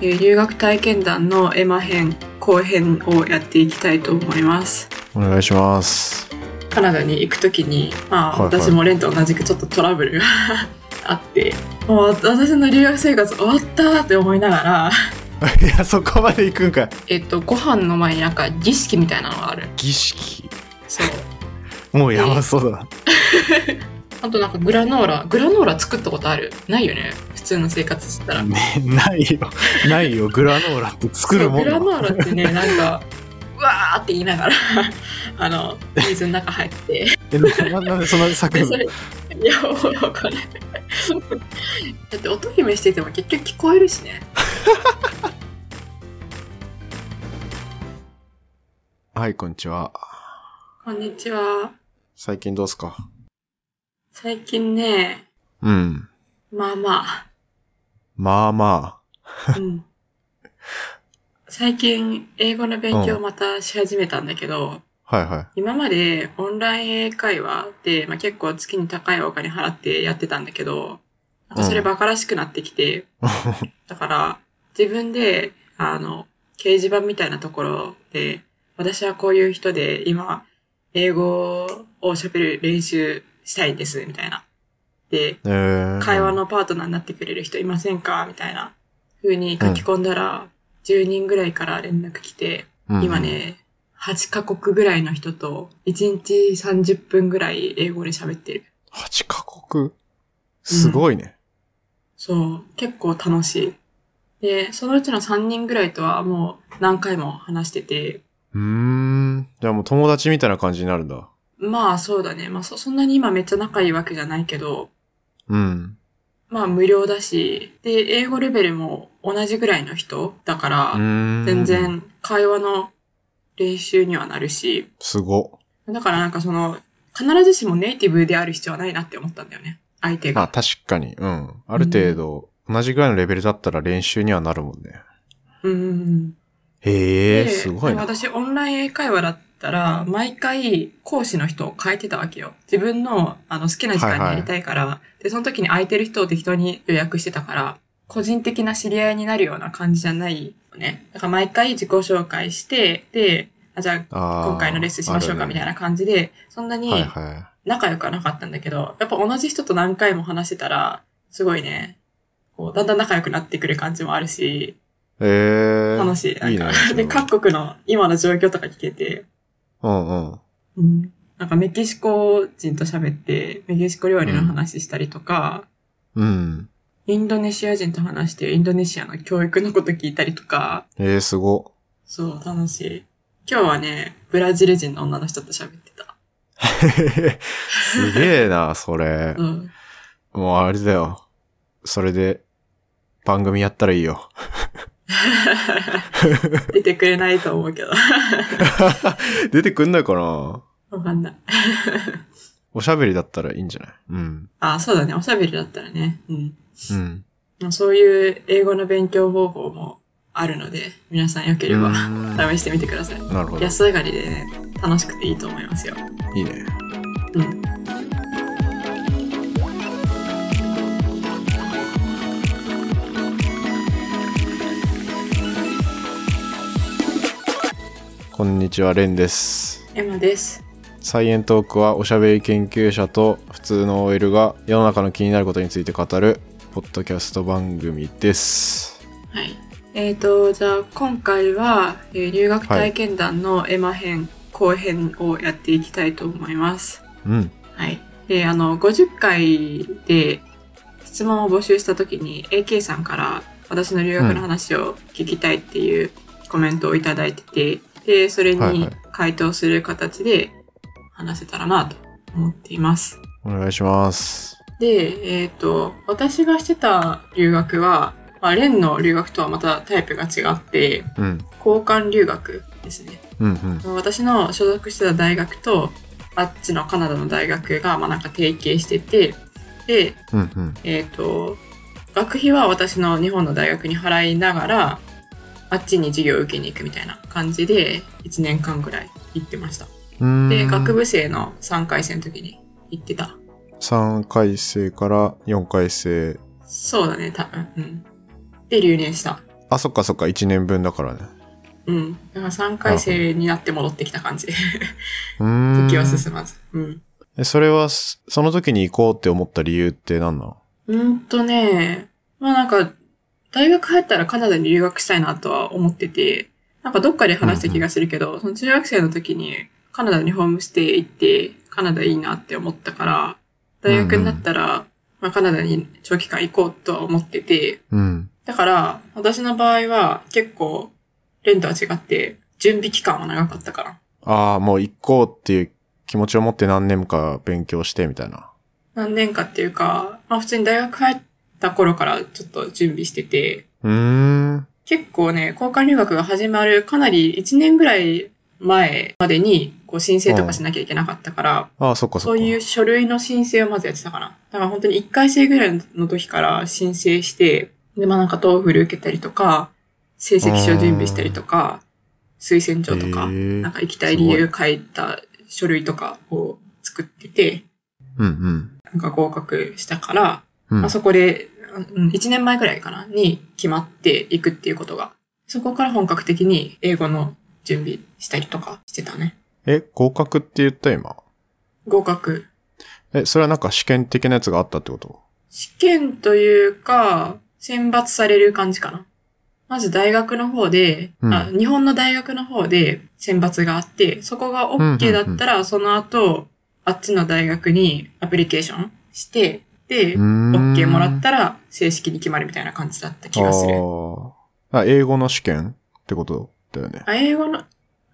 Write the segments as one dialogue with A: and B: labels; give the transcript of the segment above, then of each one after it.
A: いう留学体験談のエマ編後編をやっていきたいと思います
B: お願いします。
A: カナダに行くときに、まあ
B: はいはい
A: 私もレンと同じくちょっとトラブルが あってもう私の留学生活終わったって思いながら、
B: いや、そこまで行くんかい。
A: えっと、ご飯の前になんか儀式みたいなのがある
B: 儀式。
A: そう
B: もうやばそうだな。
A: あとなんかグラノーラグラノーラ作ったことあるないよね普通の生活してたら
B: ね、ないよ。ないよ。グラノーラって作るもん
A: そうグラ
B: な。
A: ノーラってねなんかうわーって言いながら あの水の中入って
B: えな なんでそんな作
A: で
B: る
A: そ
B: の
A: れいやもうわかんないだって音姫してても結局聞こえるしね
B: はい、こんにちは。
A: こんにちは
B: 最近どうすか
A: 最近ね
B: うん。
A: まあまあ、
B: まあま
A: うん、最近英語の勉強をまたし始めたんだけど、
B: あ。はいはい。
A: 今までオンライン英会話で、まあ、結構月に高いお金払ってやってたんだけど、なんかそれバカらしくなってきて、 だから、自分で、あの、掲示板みたいなところで、私はこういう人で、今、英語を喋る練習したいんです、みたいな。で、
B: えー、
A: 会話。のパートナーになってくれる人いませんかみたいな風に書き込んだら、10人ぐらいから連絡来て、
B: うん
A: 今。ね、8カ国ぐらいの人と、1日30分ぐらい英語で喋ってる。
B: 8カ国すごいね。
A: そう、結構楽しい。で、そのうちの3人ぐらいとはもう何回も話してて、
B: うーん。じゃあもう友達みたいな感じになるんだ。
A: まあそうだね。まあそ、そんなに今めっちゃ仲いいわけじゃないけど、
B: うん。
A: まあ無料だし、で、英語レベルも同じぐらいの人だか
B: う
A: ら、
B: ーん。
A: 全。然会話の練習にはなるし、
B: すご。
A: だからなんかその、必ずしもネイティブである必要はないなって思ったんだよね。相手
B: まあ
A: が。
B: 確かに、うん。ある程度、同じぐらいのレベルだったら練習にはなるもんね。
A: うん。
B: へえ、
A: です
B: ごいな。
A: 私、オンライン英会話だったら、毎回、講師の人を変えてたわけよ。自分の、あの、好きな時間にやりたいから、で、その時に空いてる人を適当に予約してたから、個人的な知り合いになるような感じじゃないよね。だから毎回自己紹介して、で、あじゃあ、
B: 今
A: 今回のレッスンしましょうかみたい
B: な。
A: な感じで、そんなに
B: はいは
A: 仲良くはなかったんだけど、やっぱ同じ人と何回も話してたら、すごいね、こう、だんだん仲良くなってくる感じもあるし、
B: い。へえ。
A: 楽しい。なん
B: いい
A: か
B: ね。
A: で、
B: それは
A: 各国の今の状況とか聞けて、
B: うんうん。
A: うん、なんかメキシコ人と喋って、メキシコ料理の話したりとか、
B: うん。
A: インドネシア人と話して、インドネシアの教育のこと聞いたりとか、
B: ええ、すご。
A: そう、楽しい。今日はね、ブラジル人の女の人と喋ってた。
B: すげえな、それ
A: う。ん。
B: もうあれだよ。それで、番組やったらいいよ。
A: 出てくれないと思うけど。
B: 出てくんないかな
A: わかんない。
B: おしゃべりだったらいいんじゃないうん。
A: あ、そうだね。おしゃべりだったらね。うん。
B: うん。
A: まあそういう英語の勉強方法もあるので、皆さんよければ
B: うーん
A: 試してみてください。
B: なるほど。
A: 安上がりでね楽しくていいと思いますよ。
B: いいね。
A: うん。
B: こんにちは、レンです。
A: エマです。
B: サイエントークはおしゃべり研究者と普通の OL が世の中の気になることについて語るポッドキャスト番組です。
A: はい。えーと、じゃあ今回は、えー留学体験談のエマ編、後編をやっていきたいと思います。
B: うん。
A: はい。で、あの、50回で質問を募集した時に AK さんから私の留学の話を聞きたいっていうコメントをいただいてて、で、それ
B: はいは
A: に
B: い
A: 回答する形で話せたらなと思っています。
B: お願いします。
A: で、えっ、と、私がしてた留学は、まあ、レンの留学とはまたタイプが違って、
B: うん。
A: 交換留学ですね。
B: うんうん。
A: 私の所属してた大学と、あっちのカナダの大学が、まあなんか提携してて、で、
B: うんうん。
A: えっ、と、学費は私の日本の大学に払いながら、あっちに授業を受けに行くみたいな感じで、1年間ぐらい行ってました。
B: うーん
A: で、学部生の3回生の時に行ってた。
B: 3回生から4回生。
A: そうだね、多分。うん。で、留年した。
B: あ、そっかそっか、1年分だからね。
A: うん。だから3回生になって戻ってきた感じ。
B: うーん。
A: 時は進まず。うん。
B: え、それはす、その時に行こうって思った理由って何なの
A: うんとね、まあなんか、大学入ったらカナダに留学したいなとは思ってて、なんかどっかで話した気がするけど、その中学生の時にカナダにホームステイ行って、カナダいいなって思ったから、大学になったら、まあカナダに長期間行こうとは思ってて、
B: うん。
A: だから、私の場合は結構、レンとは違って、準備期間は長かったから。
B: ああ、もう行こうっていう気持ちを持って何年か勉強してみたいな。
A: 何年かっていうか、まあ普通に大学入った頃からちょっと準備してて、
B: うーん。
A: 結構ね、交換留学が始まるかなり1年ぐらい前までにこう申請とかしなきゃいけなかったから、
B: ああ、そっかそっか。
A: そういう書類の申請をまずやってたかな。だから本当に1回生ぐらいの時から申請して、で、まあなんかトーフル受けたりとか、成績書準備したりとか、推薦状とか、
B: へー
A: なんか行きたい理由書いた書類とかを作ってて、
B: うんうん。
A: なんか合格したから、
B: うん
A: まあ、そこで、うん、1年前くらいかな、に決まっていくっていうことが。そこから本格的に英語の準備したりとかしてたね。
B: え、合格って言った今。
A: 合格。
B: え、それはなんか試験的なやつがあったってこと
A: 試験というか、選抜される感じかな。まず大学の方で、
B: うん
A: あ、日本の大学の方で選抜があって、そこが OK だったら、その後、あっちの大学にアプリケーションして、で、
B: うーん
A: OK もらったら正式に決まるみたいな感じだった気がする。
B: あーあ、英語の試験ってことだよね。
A: あ、英語の、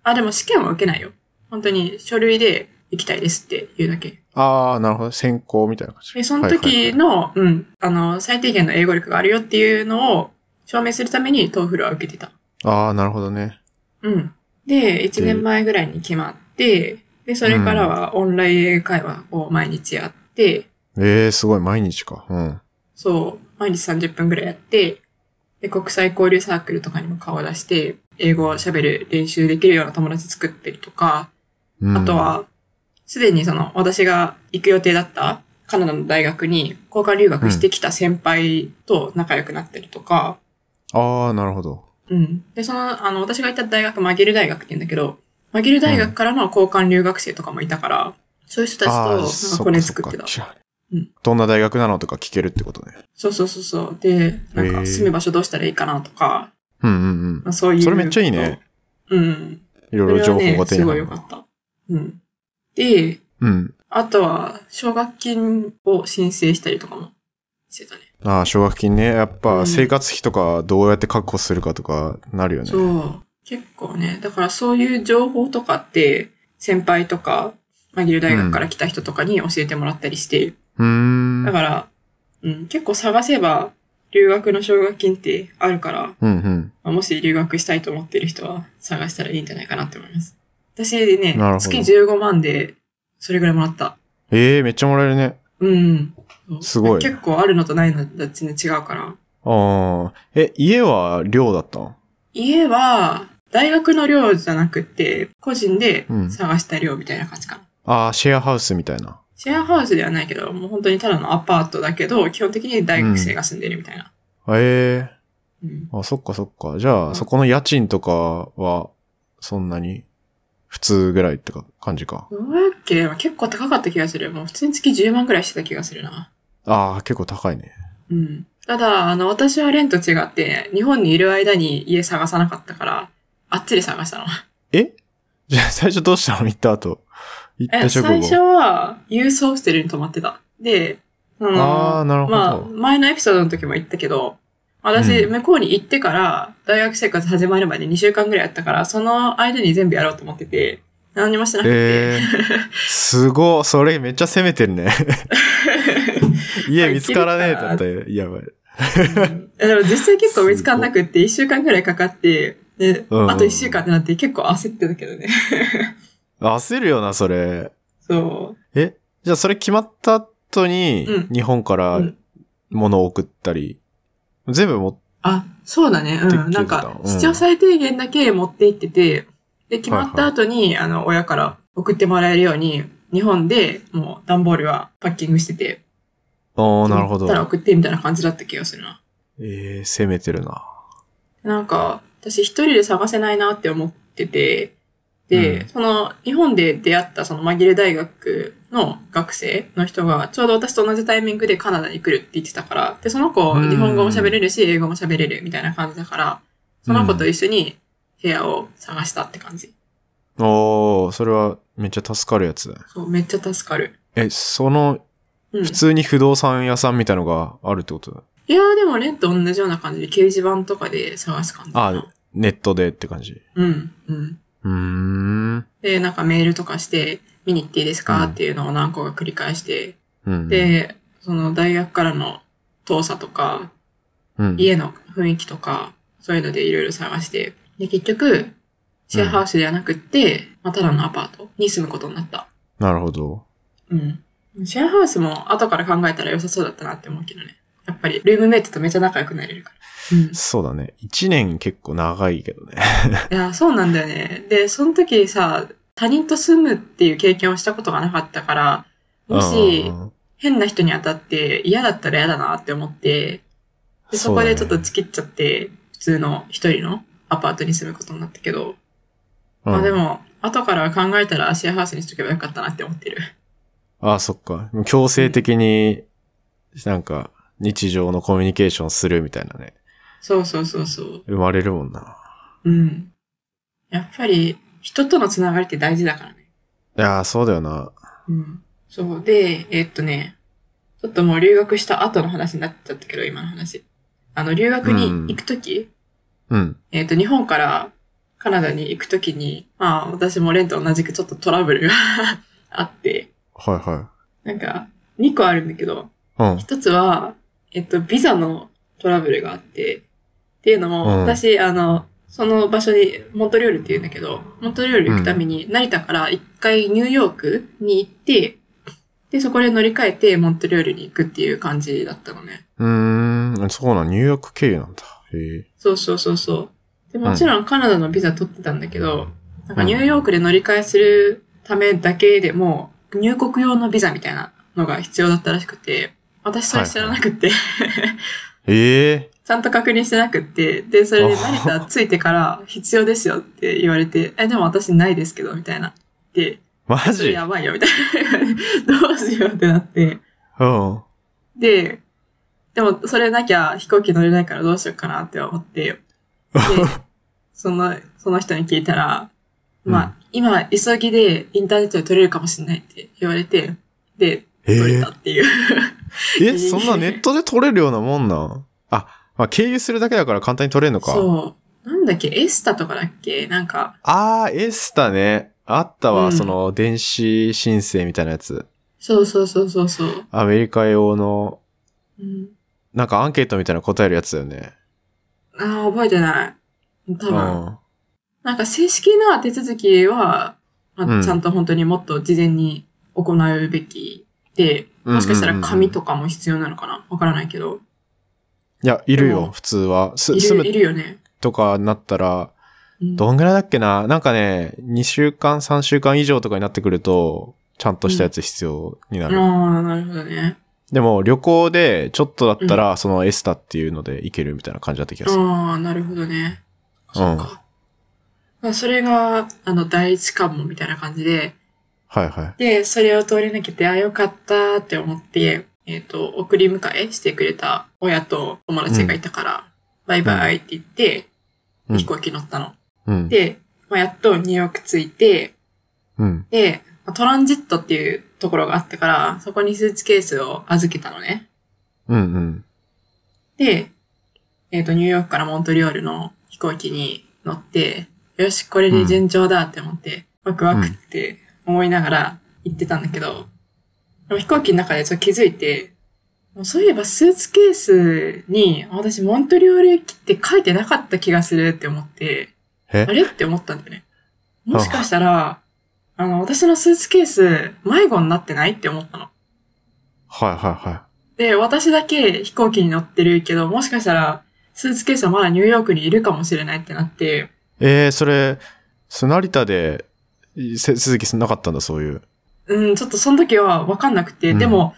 A: あ、でも試験は受けないよ。本当に書類で行きたいですっていうだけ。
B: ああ、なるほど。専攻みたいな感じ。
A: で、その時
B: はい
A: の、うん、あの、最低限の英語力があるよっていうのを証明するためにトーフルは受けてた。
B: はいはいああ、なるほどね。
A: うん。で、1年前ぐらいに決まって、で、それからはオンライン英会話を毎日やって、
B: ええー、すごい。毎日か。うん。
A: そう、毎日30分ぐらいやって、で、国際交流サークルとかにも顔出して、英語を喋る練習できるような友達作ったりとか、
B: うん、
A: あと。は、すでにその、私が行く予定だったカナダの大学に交換留学してきた先輩と仲良くなったりとか、
B: ああ、なるほど。
A: うん。で、その、あの、私が行った大学、マギル大学って言うんだけど、マギル大学からの交換留学生とかもいたから、そういう人たちと、
B: ああ
A: な
B: ー、
A: ん
B: そ
A: か
B: っ
A: コ
B: か
A: ネ
B: そ
A: 作って
B: ったか。。知らない
A: うん
B: どんな大学なのとか聞けるってことね。
A: そうそうそうそう。で、なん
B: へー
A: か、住む場所どうしたらいいかなとか、
B: うんうんうん。
A: まあ、そういう。
B: それめっちゃいいね。
A: うん。
B: いろ
A: それ
B: いろ
A: は
B: 情報
A: ね
B: が手に
A: すごい
B: 入
A: 良
B: る
A: か。った。うん。で、
B: うん。
A: あとは、奨学金を申請したりとかもしてたね。
B: ああ、奨学金ね。やっ
A: う
B: ぱ
A: ん
B: 生活費とかどうやって確保するかとかなるよね。
A: そう。結構ね、だからそういう情報とかって、先輩とか、マギル大学から来た人とかに教えてもらったりして、
B: うーん。
A: だから、うん、結構探せば、留学の奨学金ってあるから、
B: うんうん。
A: まあもし留学したいと思ってる人は探したらいいんじゃないかなって思います。私でね
B: なるほど、
A: 月15万で、それぐらいもらった。
B: ええめっちゃもらえるね。
A: うん。
B: すごい
A: 結構あるのとないのと全然違うから。
B: ああ。え、家は寮だったの
A: 家は、大学の寮じゃなくて、個人で
B: うん
A: 探した寮みたいな感じかな。
B: ああ、シェアハウスみたいな。
A: シェアハウスではないけど、もう本当にただのアパートだけど、基本的に大学生が住んでるみたいな。
B: ええ
A: うん。
B: あ、そっかそっか。じゃ
A: う
B: あ、
A: ん
B: そこの家賃とかは、そんなに、普通ぐらいってか、感じか。
A: どうやっけ結構高かった気がする。もう普通に月10万くらいしてた気がするな。
B: ああ、結構高いね。
A: うん。ただ、あの、私はレンと違って、日本にいる間に家探さなかったから、あっちで探したの。
B: え じゃあ、最初どうしたの行った後。行っ
A: え、
B: た直後。
A: 最初は、ユースホステルに泊まってた。で、あの
B: あーなるほど
A: まあ、前のエピソードの時も言ったけど、私、
B: うん
A: 向こうに行ってから、大学生活始まるまで2週間ぐらいやったから、その間に全部やろうと思ってて、何にもしてなくて。
B: えー、すごい。それめっちゃ攻めてるね。 家見つからねえだったよ。やばい。
A: うんでも実際結構見つかんなくって、1週間ぐらいかかって、で、
B: うん
A: あと1週間ってなって結構焦ってたけどね。
B: 焦るよな、それ。
A: そ
B: えじゃあそれ決まった後に
A: うん、
B: 日本か
A: う。
B: ら
A: うん
B: 物を送ったり、全部持っ
A: あ、そうだね。
B: てき
A: う
B: て
A: ん。なん
B: た
A: か、
B: うん
A: 必要最低限だけ持って行ってて、で、決まった後に、あの、親から送ってもらえるように、日本でもう段ボールはパッキングしてて、
B: おー、なるほど
A: た。ら送ってみたいな感じだった気がするな。
B: えー、攻めてるな。
A: なんか、私一人で探せないなって思ってて、で、
B: うん
A: その、日本で出会ったその紛れ大学の学生の人が、ちょうど私と同じタイミングでカナダに来るって言ってたから、で、その子、
B: うん
A: 日本語も喋れるし、英語も喋れるみたいな感じだから、その子と一緒に部屋を探したって感じ。
B: おー、それはめっちゃ助かるやつだね。
A: そう、めっちゃ助かる。
B: え、その、
A: うん。
B: 普通に不動産屋さんみたいのがあるってことだ。
A: いやーでもレンと同じような感じで掲示板とかで探す感じかな。
B: あ、ネットでって感じ。
A: うん、うん。
B: うーん。
A: で、なんかメールとかして、見に行っていいですか
B: うん
A: っていうのを何個か繰り返して、
B: うん、
A: で、その大学からの遠さとか、
B: うん、
A: 家の雰囲気とか、そういうのでいろいろ探して、で、結局、シェアハウスではなくって、まあ、ただのアパートに住むことになった。
B: なるほど。
A: うん。シェアハウスも後から考えたら良さそうだったなって思うけどね。やっぱり、ルームメイトとめっちゃ仲良くなれるから。 うん。
B: そうだね。一年結構長いけどね。
A: いや、そうなんだよね。で、その時さ、他人と住むっていう経験をしたことがなかったから、 もし
B: う、ん
A: 変な人に当たって嫌だったら嫌だなって思って、でそこでちょっと
B: そうだね
A: 突きっちゃって、普通の一人のアパートに住むことになったけど、ま
B: う
A: あ
B: ん
A: でも、後から考えたらシェアハウスにしとけばよかったなって思ってる。
B: あそっか。もう強制的に、なんか、日常のコミュニケーションするみたいなね。
A: そうそうそうそう。
B: 生まれるもんな。
A: うん。やっぱり、人とのつながりって大事だからね。
B: いやー、そうだよな。
A: うん。そう。で、えっとね、ちょっともう留学した後の話になっちゃったけど、今の話。あの、留学に行くとき、
B: うん。
A: えっと、日本からカナダに行くときに、まあ、私もレンと同じくちょっとトラブルが あって、
B: はいは
A: なんか、2個あるんだけど、
B: い。うん。
A: 一つは、えっと、ビザのトラブルがあって、っていうのも、
B: うん
A: 私、あの、その場所に、モントリオールって言うんだけど、モントリオール行くために、成田から一回ニューヨークに行って、で、そこで乗り換えて、モントリオールに行くっていう感じだったのね。
B: うーん、そうなん、ニューヨーク経由なんだ。へえ。
A: そうそうそうそう。で、もちろんカナダのビザ取ってたんだけど、なんかニューヨークで乗り換えするためだけでも、入国用のビザみたいなのが必要だったらしくて、私それ知らなくて、
B: ええ
A: ちゃんと確認してなくって、で、それで成田着いてから必要ですよって言われて、え、でも私ないですけど、みたいな。で、
B: マ
A: それ
B: ジ
A: やばいよ、みたいな。 どうしようってなって。
B: うん。
A: で、でもそれなきゃ飛行機乗れないからどうしようかなって思って、 で、その、その人に聞いたら、まあ、
B: うん
A: 今、急ぎでインターネットで取れるかもしれないって言われて、で、
B: え
A: 取れ
B: え
A: たっていう。
B: え、そんなネットで取れるようなもんなんあ、まあ、経由するだけだから簡単に取れるのか。
A: そう。なんだっけ、エスタとかだっけなんか、
B: あー、エスタね。あったわ、
A: うん
B: その、電子申請みたいなやつ。
A: そうそうそうそうそう。
B: アメリカ用の、
A: うん
B: なんかアンケートみたいなの答えるやつだよね。
A: ああ、覚えてない。多
B: う
A: 分。
B: ん。
A: なんか正式な手続きは、まあ
B: うん
A: ちゃんと本当にもっと事前に行うべきで、もしかしたら紙とかも必要なのかなわからないけど。
B: いや、いる
A: で
B: よ、
A: も
B: 普通は。す、
A: い
B: 住
A: るい
B: む
A: るよね。
B: とかになったら、
A: うん
B: どんぐらいだっけななんかね、2週間、3週間以上とかになってくると、ちゃんとしたやつ必要になる。
A: ああ、なるほどね。
B: でも、旅行で、ちょっとだったら、そのエスタっていうので行けるみたいな感じだった気がする。
A: ああ、なるほどね。
B: うん。はい
A: かまあそれが、あの、第一関門みたいな感じで、
B: はい。
A: で、それを通り抜けて、あ、よかったって思って、えっ、と、送り迎えしてくれた親と友達がいたから、バイバイって言って、
B: うん
A: 飛行機乗ったの。
B: うん。
A: で、まあ、やっとニューヨーク着いて、
B: うん。
A: で、まあトランジットっていうところがあったから、そこにスーツケースを預けたのね。
B: うんうん。
A: で、えっ、と、ニューヨークからモントリオールの飛行機に乗って、よし、これで順調だって思って、ワクワクって思いながら行ってたんだけど、でも飛行機の中でちょっと気づいて、もうそういえばスーツケースに私モントリオール行きって書いてなかった気がするって思って、
B: え
A: あれって思ったんだよね。もしかしたら、あの、私のスーツケース、迷子になってないって思ったの。
B: はいはいは
A: で、私だけ飛行機に乗ってるけど、もしかしたら、スーツケースはまだニューヨークにいるかもしれないってなって、
B: い。えー、それ、その成田で、せ鈴木なかったんだ、そういう。
A: うん、ちょっとその時は分かんなくて、
B: うん
A: でも、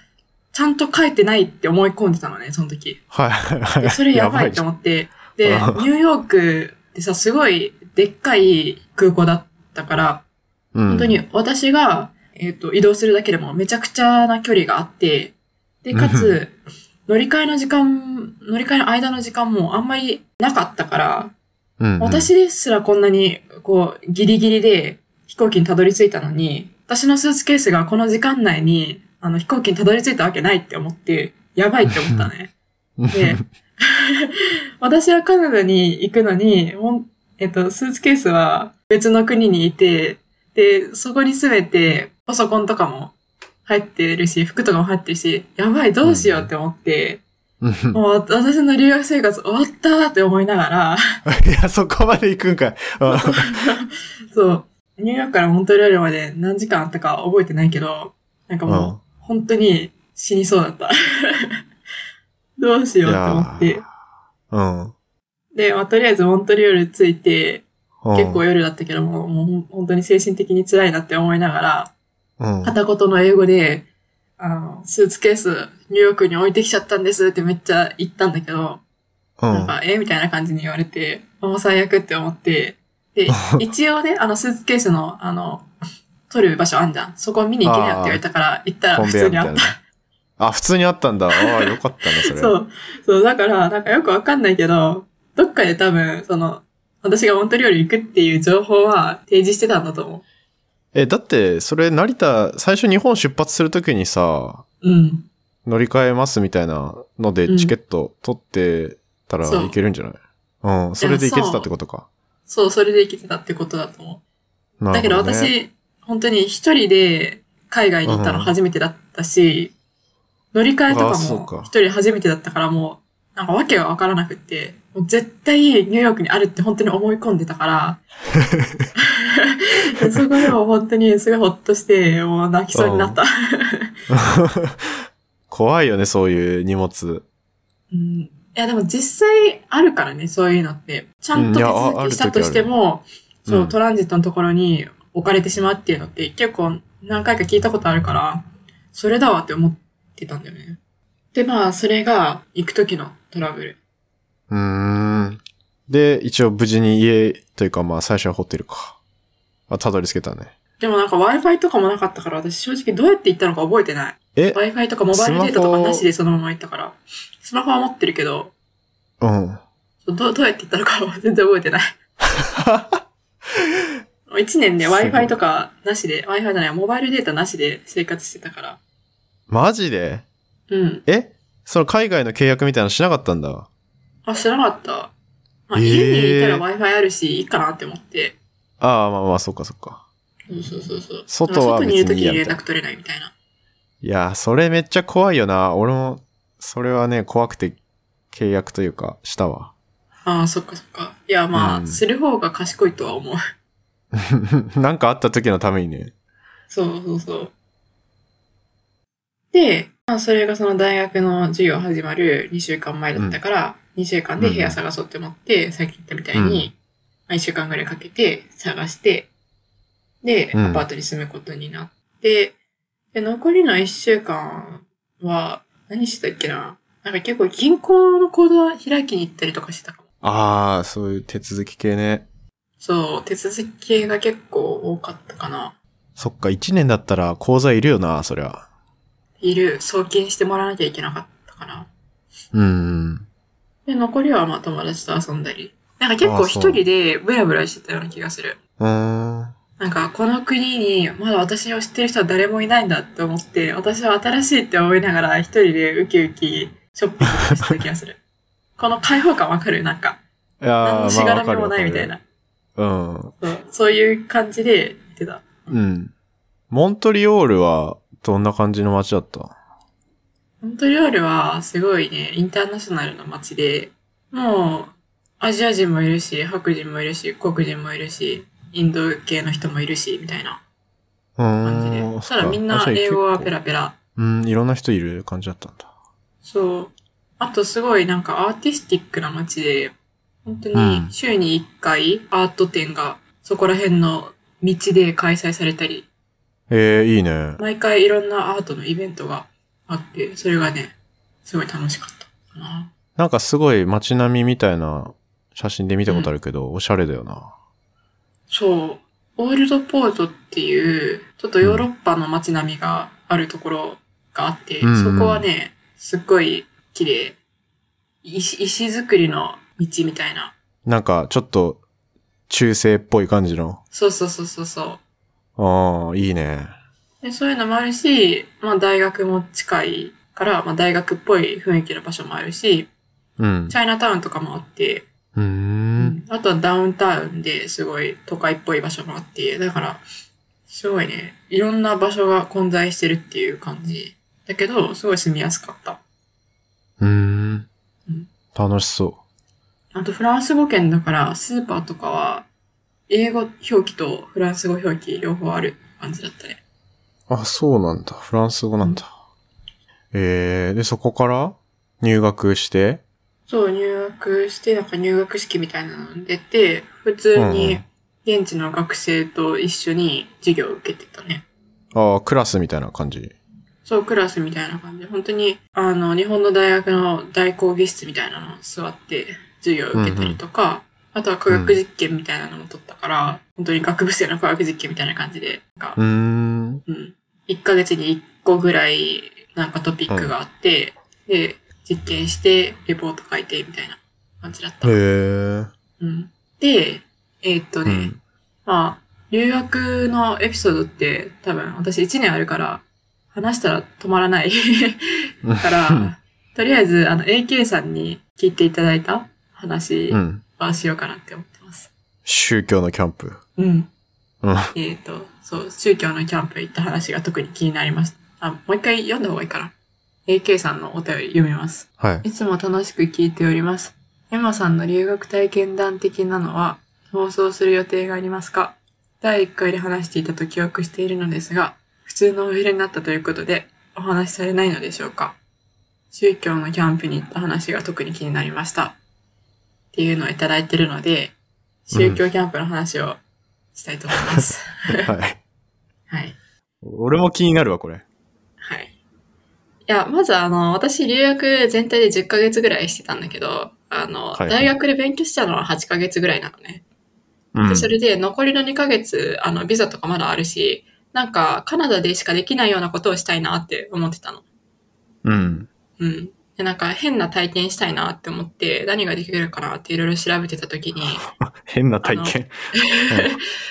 A: ちゃんと書いてないって思い込んでたのね、その時。
B: はいはいは
A: で
B: い。
A: それやばい
B: じ
A: と
B: ゃん
A: 思って、で、ニ
B: あ
A: ュー ヨークってさ、すごいでっかい空港だったから、
B: うん。
A: 本当に私が、えっ、と、移動するだけでもめちゃくちゃな距離があって、で、かつ、乗り換えの時間、乗り換えの間の時間もあんまりなかったから、
B: うん、うん
A: 私ですらこんなに、こう、ギリギリで飛行機にたどり着いたのに、私のスーツケースがこの時間内に、あの、飛行機にたどり着いたわけないって思って、やばいって思った ね。で、 私はカナダに行くのに、ほんえっと、スーツケースは別の国にいて、で、そこにすべてパソコンとかも入ってるし、服とかも入ってるし、やばい、どうしようって思って、
B: うん
A: もう私の留学生活終わったーって思いながら、
B: いや、そこまで行くんかい。あ
A: そう。ニューヨークからモントリオールまで何時間あったか覚えてないけど、なんかもう、本当に死にそうだった。 どうし
B: うん
A: ようと思って。
B: うん。
A: で、まあ、とりあえずモントリオール着いて、
B: うん
A: 結構、夜だったけども、もうほん本当に精神的に辛いなって思いながら、
B: うん。
A: 片言の英語で、あの、スーツケース、ニューヨークに置いてきちゃったんですってめっちゃ言ったんだけど、
B: うん
A: なんか、えみたいな感じに言われて、もう最悪って思って、 で、一応ね、あの、スーツケースの、あの、取る場所あんじゃん。そこ見に行けなよって言われたから、行ったら
B: コン
A: 普
B: ベヤ
A: 通
B: ー
A: に
B: みた
A: あ
B: い
A: っ
B: な
A: た。。
B: あ、普通にあったんだ。ああ、よかったね、それ。
A: そ。う。そう、だから、なんかよくわかんないけど、どっかで多分、その、私がモントリオール行くっていう情報は提示してたんだと思
B: え、だって、それ、成田、最初日本出発するときにさ、
A: う。うん。
B: 乗り換えますみたいなの
A: う
B: で、
A: ん
B: チケット取ってたら
A: そう
B: いけるんじゃないうん、それで行けてたってことか。
A: そう、それで生きてたってことだと思う。だ
B: なるほ
A: けど
B: どね、
A: 私、本当に一人で海外に行ったの初めてだったし、乗り換えと
B: あそう
A: か
B: か
A: も一人初めてだったからもう、なんかわけがわからなくって、もう絶対ニューヨークにあるって本当に思い込んでた から、 そこでも本当にすごいほっとして、もう泣きそうになった。
B: 怖いよね、そういう荷物。
A: うんいや、でも実際あるからね、そういうのって。ちゃんと手
B: うんいやあ
A: 続
B: あ
A: き
B: る時
A: したとしても、
B: ある
A: そうう、
B: ん
A: トランジットのところに置かれてしまうっていうのって結構何回か聞いたことあるから、それだわって思ってたんだよね。で、まあ、それが行く時のトラブル。
B: うーん。で、一応無事に家というか、まあ、最初はホテルか。あ、たどり着けたね。
A: でもなんか Wi-Fi とかもなかったから、私正直どうやって行ったのか覚えてない。
B: え、
A: Wi-Fi とかモバイルデータとかなしでそのまま行ったから、スマホは持ってるけど、
B: うん。
A: どどうやって行ったのかは全然覚えてない。1年で Wi-Fi とかなしで、Wi-Fi じゃない、モバイルデータなしで生活してたから。
B: マジで
A: うん。
B: えその海外の契約みたいなのしなかったんだ。
A: あ、知らなかった。まあ、
B: えー
A: 家にいたら Wi-Fi あるし、いいかなって思って。
B: ああ、まあまあ、そっかそっか。
A: そうそうそうそう。
B: 外は
A: 外にいると
B: 別
A: き
B: にいいや
A: に連絡取れないみたいな。
B: いやー、それめっちゃ怖いよな。俺も、それはね、怖くて契約というか、した わ。
A: ああ、そっかそっか。いや、まあ、
B: うん
A: する方が賢いとは思う。
B: なんかあった時のためにね。
A: そうそうそう。で、まあ、それがその大学の授業始まる2週間前だったから、2週間で部屋探そうって思って、さっき言ったみたいに、
B: うん
A: まあ、1週間ぐらいかけて探して、で、
B: うん
A: アパートに住むことになって、で、残りの1週間は、何してたっけななんか結構銀行の口座開きに行ったりとかしてたかも。
B: ああ、そういう手続き系ね。
A: そう、手続き系が結構多かったかな。
B: そっか、一年だったら口座いるよな、そりゃ。
A: いる、送金してもらわなきゃいけなかったかな。
B: うん。
A: で、残りはまあ友達と遊んだり。なんか結構
B: あそ
A: 一
B: う
A: 人でブラブラしてたような気がする。
B: うーん。
A: なんかこの国にまだ私を知ってる人は誰もいないんだって思って、私は新しいって思いながら一人でウキウキショッピングとかしてた気がす る。この開放感わかるなんか。
B: いや
A: 何の
B: ー、
A: し
B: まあ
A: がら
B: わか
A: み
B: る
A: も
B: わか
A: ない
B: る
A: みたいな。
B: うん。
A: そうそういう感じで言ってた。
B: うん。モントリオールは、どんな感じの街だった
A: モントリオールはすごいね、インターナショナルの街で、もう、アジア人もいるし、白人もいるし、黒人もいるし、インド系の人もいるし、みたいな。
B: う
A: 感じ
B: ー
A: で。
B: ん。そっ
A: したら
B: か
A: みんな英語はペ。ラペラ。
B: あじゃあ結構うん、いろんな人いる感じだったんだ。
A: そう。あとすごいなんかアーティスティックな街で、本当
B: う
A: に
B: ん
A: 週に1回アート展がそこら辺の道で開催されたり、
B: ええー、いいね。
A: 毎回いろんなアートのイベントがあって、それがね、すごい楽しかったかな。
B: なんかすごい街並みみたいな写真で見たことあるけど、おしゃれだよな。
A: そう。オールドポートっていう、ちょっとヨーロッパの街並みがあるところがあって、
B: うんうん
A: そこはね、すっごい綺麗。石、石造りの道みたいな。
B: なんか、ちょっと、中世っぽい感じの。
A: そうそうそうそうそ
B: ああ、いいね。
A: う。でそういうのもあるし、まあ大学も近いから、まあ大学っぽい雰囲気の場所もあるし、
B: うん。
A: チャイナタウンとかもあって、
B: うーん。
A: あとはダウンタウンですごい都会っぽい場所もあって、だから、すごいね、いろんな場所が混在してるっていう感じ。だけど、すごい住みやすかった。
B: うーん
A: うん。
B: 楽しそ
A: あとフランス語圏だから、スーパーとかは、英語表記とフランス語表記両方ある感じだったね。
B: う。あ、そうなんだ。フランス語なんだ。えー、で、そこから入学して、
A: そう、入学して、なんか入学式みたいなの出て、普通に現地の学生と一緒に授業を受けてたね。
B: ああ、クラスみたいな感じ。
A: そう、クラスみたいな感じで、本当に、あの、日本の大学の大講義室みたいなのを座って、授業を受けたりとか、あとは科学実験みたいなのも取ったから、本当に学部生の科学実験みたいな感じで、なん
B: う
A: か、
B: ーん。
A: うん。1ヶ月に1個ぐらい、なんかトピックがあって、で、実験して、レポート書いて、みたいな感じだった。
B: へえ。
A: うん。で、えーっと
B: う
A: ね、
B: ん。
A: まあ、留学のエピソードって多分私1年あるから、話したら止まらないから、とりあえずあの AK さんに聞いていただいた話
B: うん。
A: はしようかなって思ってます。
B: 宗教のキャンプ。
A: うん。
B: うん。
A: えっ、と、そう、宗教のキャンプ行った話が特に気になりました。あ、もう一回読んだ方がいいかな。AK さんのお便り読みます。
B: はい。
A: いつも楽しく聞いております。エマさんの留学体験談的なのは、放送する予定がありますか第1回で話していたと記憶しているのですが、普通のお昼になったということで、お話しされないのでしょうか宗教のキャンプに行った話が特に気になりました。っていうのをいただいているので、宗教キャンプの話をしたいと思います。
B: はい。
A: はい。
B: 俺も気になるわ、これ。
A: はい。いや、まずあの、私留学全体で10ヶ月ぐらいしてたんだけど、あの、
B: はいはい
A: 大学で勉強したのは8ヶ月ぐらいなのね。
B: う
A: で、それで残りの2ヶ月、あの、ビザとかまだあるし、なんかカナダでしかできないようなことをしたいなって思ってたの。
B: うん。
A: うん。で、なんか変な体験したいなって思って、何ができるかなっていろいろ調べてた時 に、
B: 変な体験。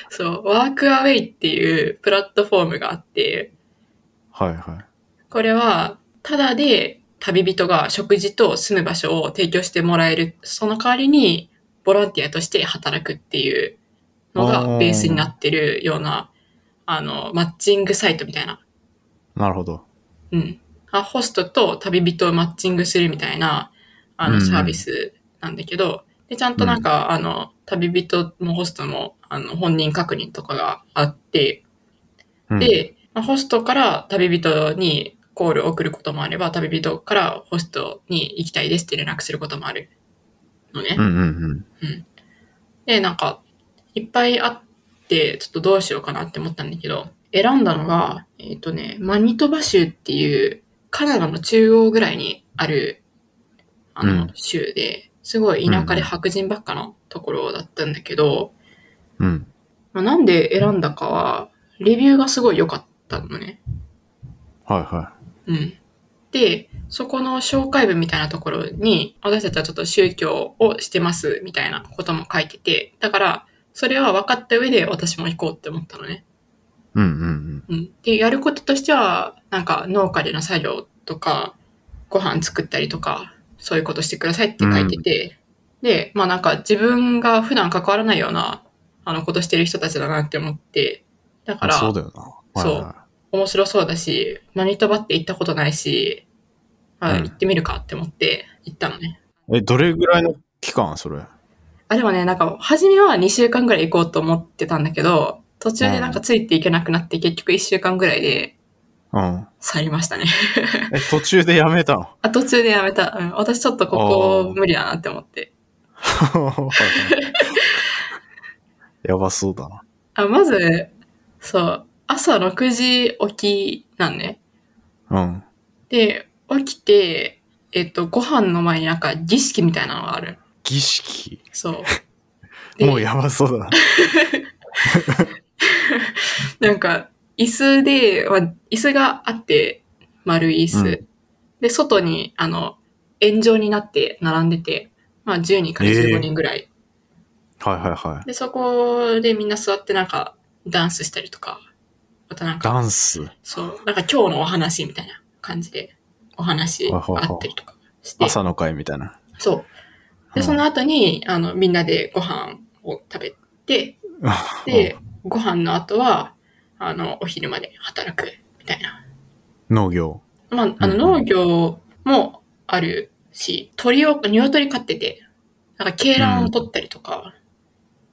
A: そう、ワークアウェイっていうプラットフォームがあって、
B: はいは
A: これは、ただで旅人が食事と住む場所を提供してもらえる。その代わりに、ボランティアとして働くっていうの
B: あ
A: が
B: ー
A: ベースになってるような、あの、マッチングサイトみたいな。
B: い。なるほど。
A: うん。あホストと旅人をマッチングするみたいな、あ
B: う
A: の、
B: んうん
A: サービスなんだけど、で、ちゃんとなんか、あの、旅人もホストも、あの、本人確認とかがあって、
B: うん、
A: で、まあホストから旅人にコールを送ることもあれば、旅人からホストに行きたいですって連絡することもあるのね。
B: うんうん
A: で、なんか、いっぱいあって、ちょっとどうしようかなって思ったんだけど、選んだのが、えっ、とね、マニトバ州っていう、カナダの中央ぐらいにある、あ
B: う
A: の
B: ん、
A: 州で、すごい田舎で白人ばっかのところだったんだけど、
B: うん。うん。
A: まあなんで選んだかは、レビューがすごい良かったのね。
B: はいは
A: うん。で、そこの紹介文みたいなところに、私たちはちょっと宗教をしてますみたいなことも書いてて、だから、それは分かった上で私も行こうって思ったのね。
B: い。うんうん
A: うん。で、やることとしては、なんか農家での作業とか、ご飯作ったりとか、そういうことしてくださいって書いてて、で、まあなんか自分が普段関わらないような、あのことしてる人たちだなって思って、だか
B: うん。
A: ら、
B: そうだよな。
A: そう
B: はいは
A: 面白そうだし、マニトバって行ったことないし、まあ、
B: うん
A: 行ってみるかって思って行ったのね。
B: いえ、どれぐらいの期間それ。
A: あ、でもね、なんか、初めは2週間ぐらい行こうと思ってたんだけど、途中でなんかついていけなくなって、結局1週間ぐらいで
B: うん。
A: 去りましたね。
B: え、途中でやめたの
A: あ、途中でやめた。うん、私ちょっとここ無理だなって思って。
B: やばそうだな。
A: あ、まず、そう、朝6時起きなんね。
B: うん。
A: で、起きて、えっと、ご飯の前になんか儀式みたいなのがある。
B: 儀式
A: そう。で
B: もうやばそうだな。
A: なんか、椅子では、椅子があって、丸い椅子。
B: うん
A: で、外に、あの、円状になって並んでて、まあ10人から15人ぐらい。
B: はいはいはい。
A: で、そこでみんな座ってなんか、ダンスしたりとか、またなんか、
B: ダンス。
A: そう、なんか今日のお話みたいな感じで、お話があったりとかして、
B: 朝の会みたいな。
A: そう。で、その後に、あの、みんなでご飯を食べて、で、ご飯の後は、あの、お昼まで働く、みたいな。
B: 農業。
A: まあ、あの、
B: うん
A: 農業もあるし、鳥を、鶏飼ってて、なんか、鶏卵を取ったりとか、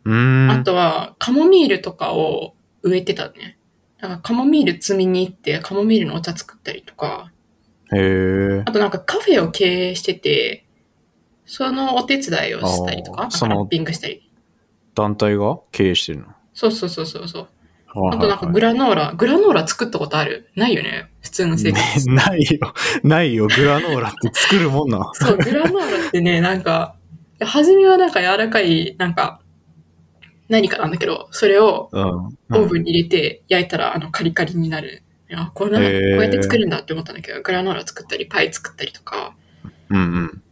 B: うー
A: あ
B: ん。
A: とは、カモミールとかを植えてたね。だから、カモミール摘みに行って、カモミールのお茶作ったりとか、
B: へえ
A: あ。となんかカフェを経営してて、そのお手伝いをしたりと
B: あー
A: か、
B: そ
A: ラ
B: の
A: ッピングしたり。
B: 団体が経営してるの。
A: そうそうそうそうそう。
B: は
A: あ
B: い
A: となんかグラノーラ、グラノーラ作ったことあるないよね普通の生活。
B: ね ないよ。ないよ。グラノーラって作るもんな。
A: そう、グラノーラってね、なんか、初めはなんか柔らかい、なんか、何かなんだけど、 それを
B: うん。
A: オーブンに入れて焼いたら、あの、カリカリになる。あ、こんな、こう
B: へー
A: やって作るんだって思ったんだけど、グラノーラ作ったり、パイ作ったりとか。
B: うんうん。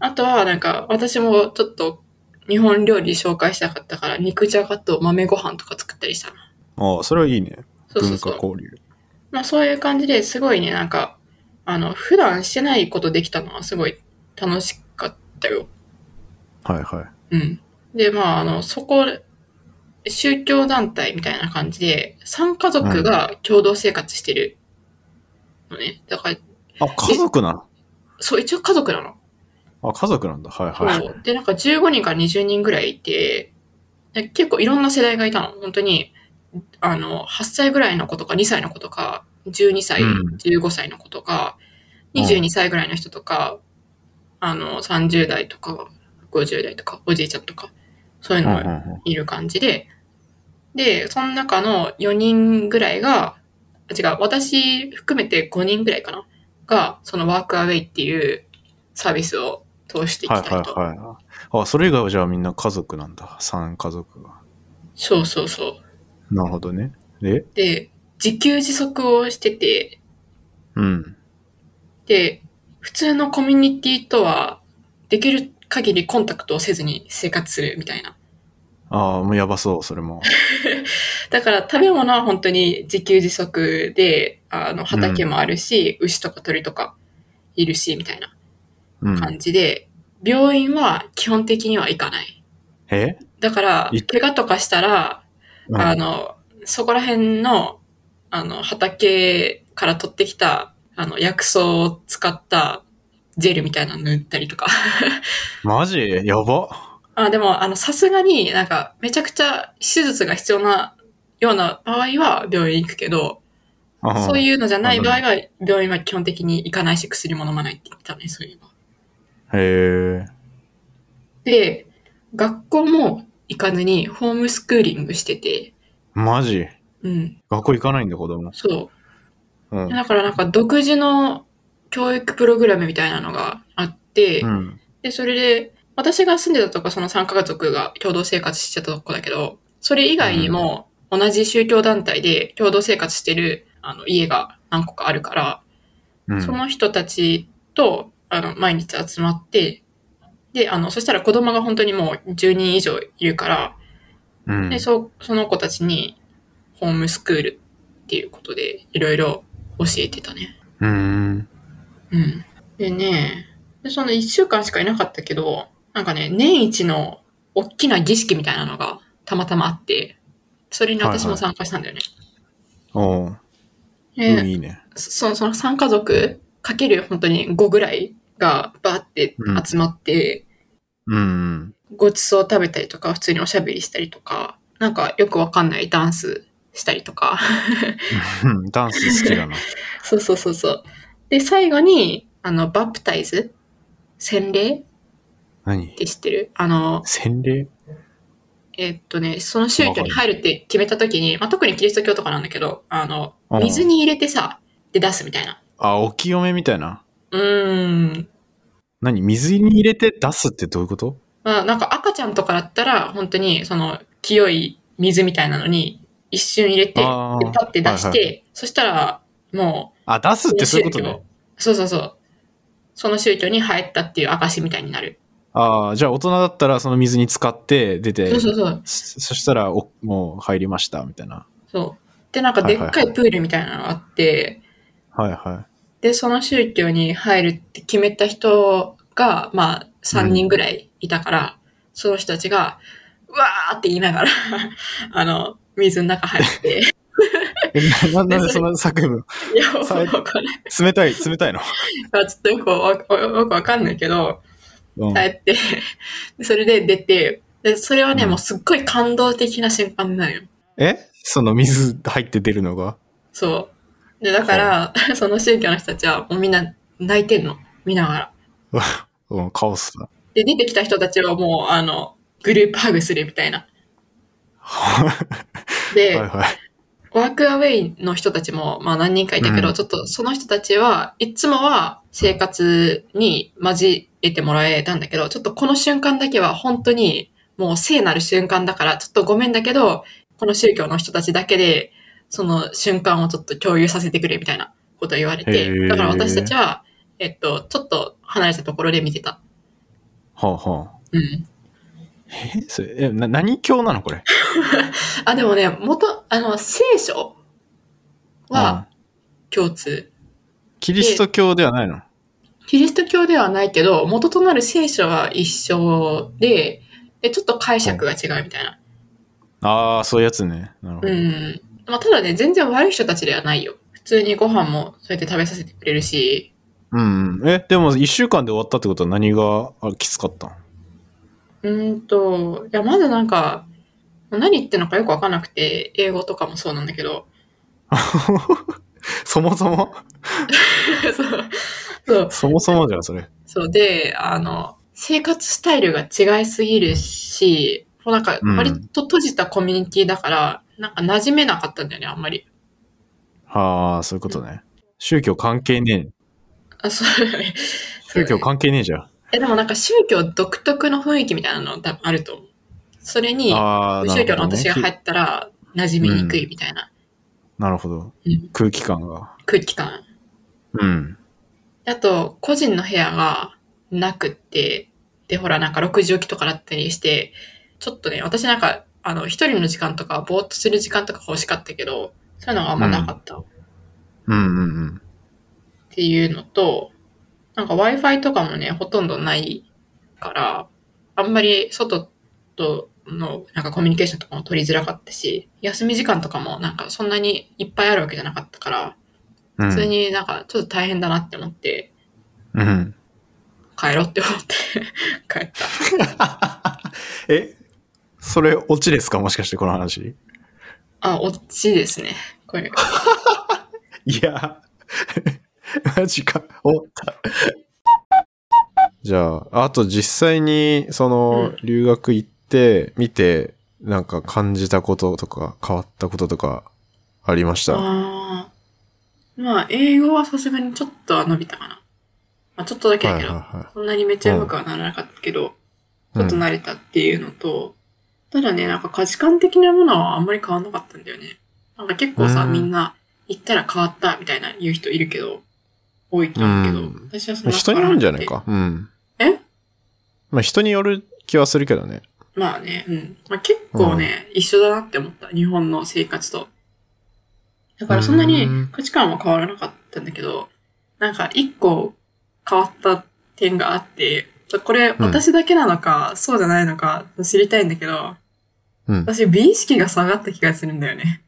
A: あとは、なんか、私もちょっと、日本料理紹介したかったから、肉じゃがと豆ご飯とか作ったりしたな。
B: ああ、それはいいね。
A: そうそ
B: 文
A: うそ
B: 化
A: う。
B: 交流。
A: まあ、そういう感じですごいね、なんか、あの、普段してないことできたのはすごい楽しかったよ。
B: はいはい。
A: うん。で、まあ、あの、そこ、宗教団体みたいな感じで、3家族が共同生活してるのね。だから、
B: あ、家族なの
A: そう、一応家族なの。
B: あ、家族なんだ。はいはい。
A: そうで、なんか15人から20人ぐらいいて、で結構いろんな世代がいたの。本当に、あの、8歳ぐらいの子とか、2歳の子とか、12歳、
B: うん
A: 15歳の子とか、22歳ぐらいの人とか、あの、30代とか、50代とか、おじいちゃんとか、そういう
B: うん
A: の
B: う
A: が
B: んうん
A: いる感じで、で、その中の4人ぐらいが、あ違う、私含めて5人ぐらいかなが、そのワークアウェイっていうサービスを通していき
B: は
A: た
B: い
A: いと。
B: はいはい。あ、それ以外はじゃあみんな家族なんだ。3家族が。
A: そうそうそう。
B: なるほどね。で、
A: で、自給自足をしてて、
B: うん。
A: で、普通のコミュニティとは、できる限りコンタクトをせずに生活するみたいな。
B: ああ、もうやばそう、それも。
A: だから食べ物は本当に自給自足で、あの、畑もあるし、牛とか鳥とかいるし、みたいな。
B: うん。
A: 感じで、病院は基本的には行かない。
B: え
A: だから
B: い、
A: 怪我とかしたら、
B: うん
A: あの、そこら辺の、あの、畑から取ってきた、あの、薬草を使ったジェルみたいなの塗ったりとか。
B: マジやば。
A: あでも、あの、さすがになんか、めちゃくちゃ手術が必要なような場合は病院行くけど、そう
B: う
A: いうのじゃない
B: あ
A: 場合は病院は基本的に行かないし薬も飲まないって言ってたね、そういえば。
B: ん。へえ。
A: で、学校も行かずにホームスクーリングしてて、
B: マジ
A: うん、
B: 学校行かないんだ、子供。
A: そうう。
B: ん。
A: だからなんか独自の教育プログラムみたいなのがあって、
B: うん。
A: で、それで、私が住んでたとこ、その3家族が共同生活してたとこだけど、それ以外にも同じ宗教団体で共同生活してるあの家が何個かあるから、
B: うん
A: その人たちと、あの、毎日集まって、で、あの、そしたら子供が本当にもう10人以上いるから、
B: うん
A: で、そその子たちに、ホームスクールっていうことで、いろいろ教えてたね。
B: うーん。
A: うん。でね、でその1週間しかいなかったけど、なんかね、年一の大きな儀式みたいなのがたまたまあって、それに私も参加したんだよね。
B: おう。
A: で
B: うんいいね。
A: そその3家族かける本当に5ぐらいがバーって集まって、
B: うん。
A: ごちそう食べたりとか、普通におしゃべりしたりとか、なんかよくわかんないダンスしたりとか。
B: うん ダンス好きだな。
A: そうそうそうそう。で、最後に、あの、バプタイズ洗礼
B: 何
A: って知ってるあの、
B: 洗礼
A: えっとね、その宗教に入るって決めた時に、まあ、特にキリスト教とかなんだけど、あの、
B: うん
A: 水に入れてさ、で出すみたいな。
B: あ、お清めみたいな。
A: うーん。
B: 何水に入れて出すってどういうこと
A: まあなんか赤ちゃんとかだったら、本当にその清い水みたいなのに一瞬入れて、で
B: あー
A: パッて出して、
B: はい
A: そしたらもう、
B: あ、出すってそういうことね。
A: そうそうそう。その宗教に入ったっていう証みたいになる。
B: ああ、じゃあ大人だったらその水に浸かって出て
A: そう、そうそう。
B: そそしたらお、もう入りました、みたいな。
A: そう。で、なんかでっ
B: はい
A: か
B: はいはい
A: プールみたいなのがあって、
B: はいは
A: で、その宗教に入るって決めた人が、まあ、3人ぐらいいたから、その人たちが、うわーって言いながら、 あの、水の中入 って、
B: い。え、な なんでその作文、
A: いや、わか
B: 最
A: んない
B: 後冷たい、冷たいの。
A: から、ちょっとよくわかよくわかんないけど、
B: うん
A: 帰って、でそれで出て、で、それはね、
B: うん
A: もうすっごい感動的な瞬間なのよ。
B: えその水入って出るのが
A: そう。で、だから、 その宗教の人たちは、もうみんな泣いてんの、見ながら。
B: うん、カオスだ。
A: で、出てきた人たちはもう、あの、グループハグするみたいな。
B: は
A: で、
B: い はい。
A: ワークアウェイの人たちも、まあ何人かいたけど、
B: うん
A: ちょっとその人たちは、いつもは生活に交えてもらえたんだけど、ちょっとこの瞬間だけは本当にもう聖なる瞬間だから、ちょっとごめんだけど、この宗教の人たちだけで、その瞬間をちょっと共有させてくれみたいなことを言われ
B: へ
A: て、
B: ー
A: だから私たちは、えっと、ちょっと離れたところで見てた。
B: はあはあ。
A: うん。
B: えそれ、え、な、何教なのこれ。
A: あ、でもね、元、あの、聖書は
B: うん
A: 共通。
B: キリスト教ではないの
A: キリスト教ではないけど、元となる聖書は一緒で、でちょっと解釈が違うみたいな。
B: ああ、そういうやつね。なるほ
A: う
B: ど。
A: ん。まあ、ただね、全然悪い人たちではないよ。普通にご飯もそうやって食べさせてくれるし、
B: うんうん。え、でも1週間で終わったってことは何があきつかったの
A: うーんと、いや、まずなんか、何言ってんのかよくわかんなくて、英語とかもそうなんだけど、
B: そもそも
A: そう、そう、
B: そもそもじゃん、それ。
A: そうで、あの、生活スタイルが違いすぎるし、もうなんか、
B: うん
A: 割と閉じたコミュニティだから、なんか馴染めなかったんだよね、あんまり。
B: はあ、そういうことね。宗教関係ねえ。
A: あ、そう だね。そ
B: 宗
A: う
B: 教
A: だね
B: 関係ねえじゃん。
A: え、でもなんか宗教独特の雰囲気みたいなの多分あると思う。それに、
B: ああ、な
A: 宗
B: る
A: 教の
B: ほど、ね。
A: 私が入
B: き
A: ったら馴染みにくいみたいな
B: なるほど
A: うん。
B: 空気感が。
A: 空気感。
B: うん。
A: あと、個人の部屋がなくって、で、ほらなんか6時起きとかだったりして、ちょっとね、私なんか、あの、一人の時間とか、ぼーっとする時間とか欲しかったけど、そういうのがあんまなかった。
B: うんうんうん。
A: っていうのと、なんか Wi-Fi とかもね、ほとんどないから、あんまり外とのなんかコミュニケーションとかも取りづらかったし、休み時間とかもなんかそんなにいっぱいあるわけじゃなかったから、
B: うん
A: 普通になんかちょっと大変だなって思って、
B: うん。
A: 帰ろうって思って 帰った。
B: えそれ、オチですかもしかして、この話。
A: あ、オチですね。これ。
B: いや、 マジか。おった。じゃあ、あと実際に、その、
A: うん
B: 留学行って、見て、なんか感じたこととか、変わったこととか、ありました。
A: あーまあ、英語はさすがにちょっとは伸びたかな。まあ、ちょっとだけだけど、
B: は
A: そんなにめっちゃうまくはならなかったけど、ちょっと慣れたっていうのと、ただね、なんか価値観的なものはあんまり変わんなかったんだよね。なんか結構さ、
B: うん
A: みんな行ったら変わったみたいな言う人いるけど、多いと思うけど、
B: うん
A: 私はそ
B: まあ
A: の
B: 人によるんじゃない。か。うん。
A: え
B: まあ人による気はするけどね。
A: まあね、うん。まあ結構ね、一緒だなって思った。日本の生活と。だからそんなに
B: うん
A: 価値観は変わらなかったんだけど、なんか一個変わった点があって、ちょこれ
B: ん
A: 私だけなのか、そうじゃないのか知りたいんだけど、
B: うん。
A: 私、美意識が下がった気がするんだよね。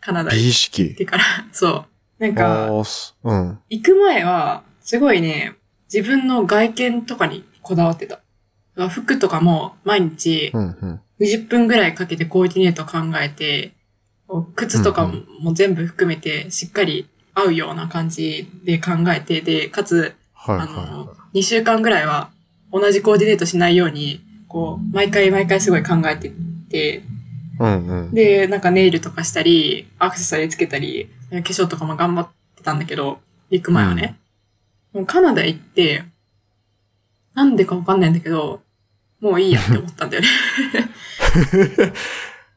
A: カナダ
B: 美
A: 行
B: 意
A: っ
B: 識。
A: てから。そう。なん
B: あ
A: か、
B: ーすうん。
A: 行く前は、すごいね、自分の外見とかにこだわってた。服とかも毎日
B: うん。うん。
A: 20分ぐらいかけてコーディネート考えて、こう靴とか
B: うん
A: ももう全部含めてしっかり合うような感じで考えて、で、かつ、
B: はい
A: あ
B: は
A: の、2週間ぐらいは同じコーディネートしないように、こう、毎回毎回すごい考えてて、
B: い。うんうん。
A: で、なんかネイルとかしたり、アクセサリーつけたり、化粧とかも頑張ってたんだけど、行く前はね。もうカナダ行って、なんでかわかんないんだけど、もういいやって思ったんだよね。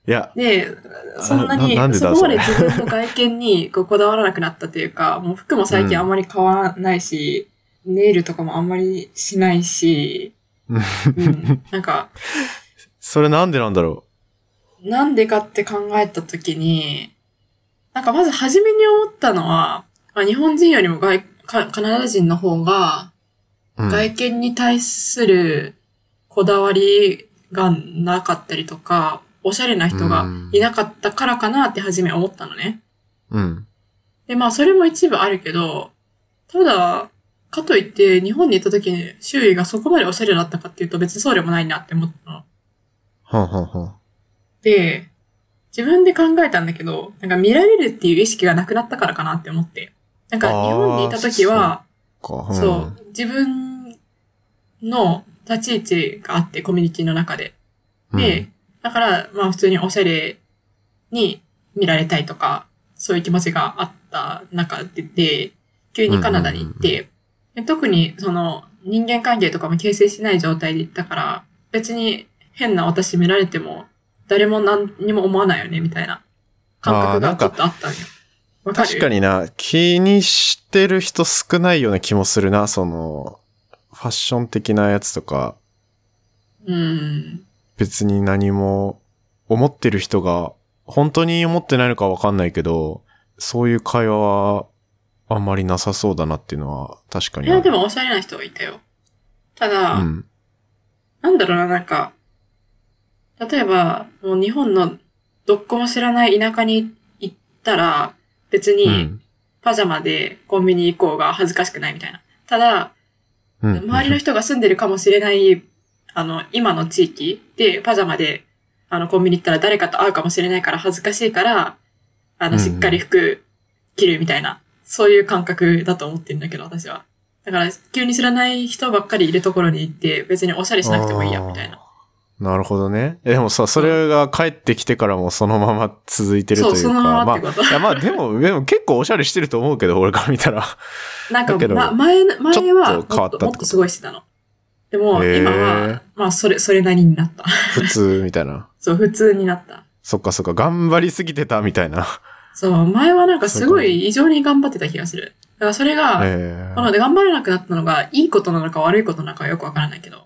B: いや、
A: で、そんなに、
B: ななんで
A: そ
B: だ
A: こまで
B: そ
A: 自分の外見にこうこだわらなくなったというか、 もう服も最近あんまり買わないし、ネイルとかもあんまりしない し、
B: うん
A: うん、なんか、
B: それなんでなんだろ
A: なんでかって考えたときに、なんかまず初めに思ったのは、まあ、日本人よりも外かカナダ人の方が、
B: う。うん、
A: 外見に対するこだわりがなかったりとか、おしゃれな人がいなかったからかなって初め思ったのね。
B: うん。
A: で、まあそれも一部あるけど、ただ、かといって日本に行った時に周囲がそこまでおしゃれだったかっていうと別にそうでもないなって思ったの。
B: はんはんはん。
A: で、自分で考えたんだけど、なんか見られるっていう意識がなくなったからかなって思って。なんか日本にいた時は、
B: か。ん
A: そう、自分の立ち位置があって、コミュニティの中で。で、、だから、まあ普通におしゃれに見られたいとか、そういう気持ちがあった中で、で急にカナダに行って、で特にその人間関係とかも形成しない状態で行ったから、別に変な私見られても、誰も何にも思わないよね、みたいな感
B: あー
A: 覚
B: な
A: が
B: ん
A: ちょ
B: か
A: っとあったんよ。わかる
B: 確かにな、気にしてる人少ないような気もするな、その、ファッション的なやつとか、
A: うん。
B: 別に何も思ってる人が、本当に思ってないのかわかんないけど、そういう会話はあんまりなさそうだなっていうのは確か
A: い
B: にある。
A: や、でもおしゃれな人はいたよ。ただ、
B: うん。
A: なんだろうな、なんか、例えば、もう日本のどっこも知らない田舎に行ったら、別
B: う
A: に
B: ん。
A: パジャマでコンビニ行こうが恥ずかしくないみたいな。ただ、
B: うん。
A: 周りの人が住んでるかもしれない、あの、今の地域でパジャマで、あの、コンビニ行ったら誰かと会うかもしれないから恥ずかしいから、あの、
B: うんうん
A: しっかり服着るみたいな、そういう感覚だと思ってるんだけど、私は。だから、急に知らない人ばっかりいるところに行って、別におしゃれしなくてもいいや、みたいな。
B: なるほどね。えでもさ、それが帰ってきてからもそのまま続いてるというか。
A: そうそのままってこと
B: あ、いやまあでも、 でも結構おしゃれしてると思うけど、俺から見たら。
A: なんか、
B: だけど
A: ま、前の、
B: ちょっと
A: 前はもっ
B: 変わったってこと
A: と、もっとすごいしてたの。でも、
B: へー
A: 今は、まあ、それ、それなりになった。
B: 普通みたいな。
A: そう、普通になった。
B: そっかそっか、頑張りすぎてたみたいな。
A: そう、前はなんかすご
B: そう
A: い異常に頑張ってた気がする。だからそれが、
B: え
A: この頑張れなくなったのが、いいことなのか悪いことなのかよくわからないけど。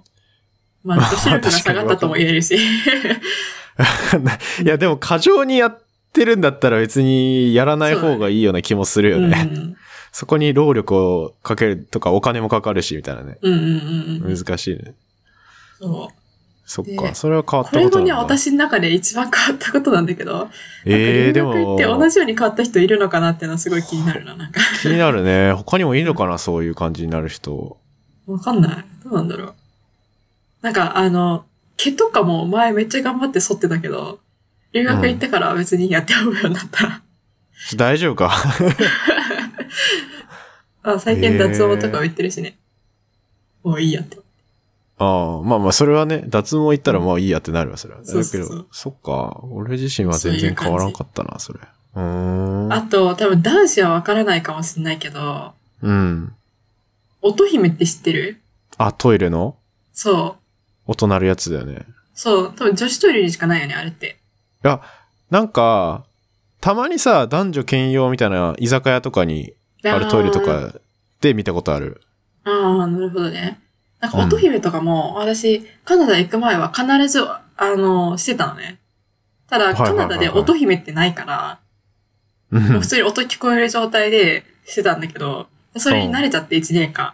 A: まあ、
B: まあ
A: 女子力が下がったとも言えるし。
B: えいや、でも過剰にやってるんだったら別にやらない方がいいような気もする
A: う
B: よ
A: んう
B: ね。 そ
A: ん
B: こに労力をかけるとかお金もかかるし、みたいなね。
A: うんうんうん。
B: 難しいね。
A: そう。
B: そっ
A: で
B: か、それは変わっ
A: こ
B: た
A: れが
B: こと
A: ね、
B: なんだ。
A: 私の中で一番変わったことなんだけど。
B: ええで
A: なんか留
B: も
A: 学、行って同じように変わった人いるのかなっていうのはすごい気になるな、なんか。
B: 気になるね。他にもいるのかな、そういう感じになる人。
A: わかんない。どうなんだろう。なんか、あの、毛とかも前めっちゃ頑張って剃ってたけど、留学行ってからは別にやってもらうようになった。
B: 大丈夫か
A: あ最近脱毛とか言ってるしね。もういいやって。
B: ああ、まあまあ、それはね、脱毛行ったらもういいやってなるわ、それは。だけ
A: そ
B: ど、
A: うそうそう
B: そっか、俺自身は全然変わらんかったな、それ。うー
A: あ
B: ん。
A: と、多分男子はわからないかもしれないけど、
B: うん。
A: 乙姫って知ってる
B: あ、トイレの
A: そう。
B: 音鳴るやつだよね。
A: そう。多分女子トイレにしかないよね、あれって。
B: いや、なんか、たまにさ、男女兼用みたいな居酒屋とかにあるトイレと
A: あー。
B: かで見たこと ある。
A: ああ、なるほどね。なんか
B: うん
A: 乙姫とかも、私、カナダ行く前は必ず、あの、してたのね。ただ、
B: いはいは
A: カ
B: いは
A: ナダ
B: い
A: で乙姫ってないから、
B: う
A: もうん普通に音聞こえる状態でしてたんだけど、それに慣れちゃって1年間。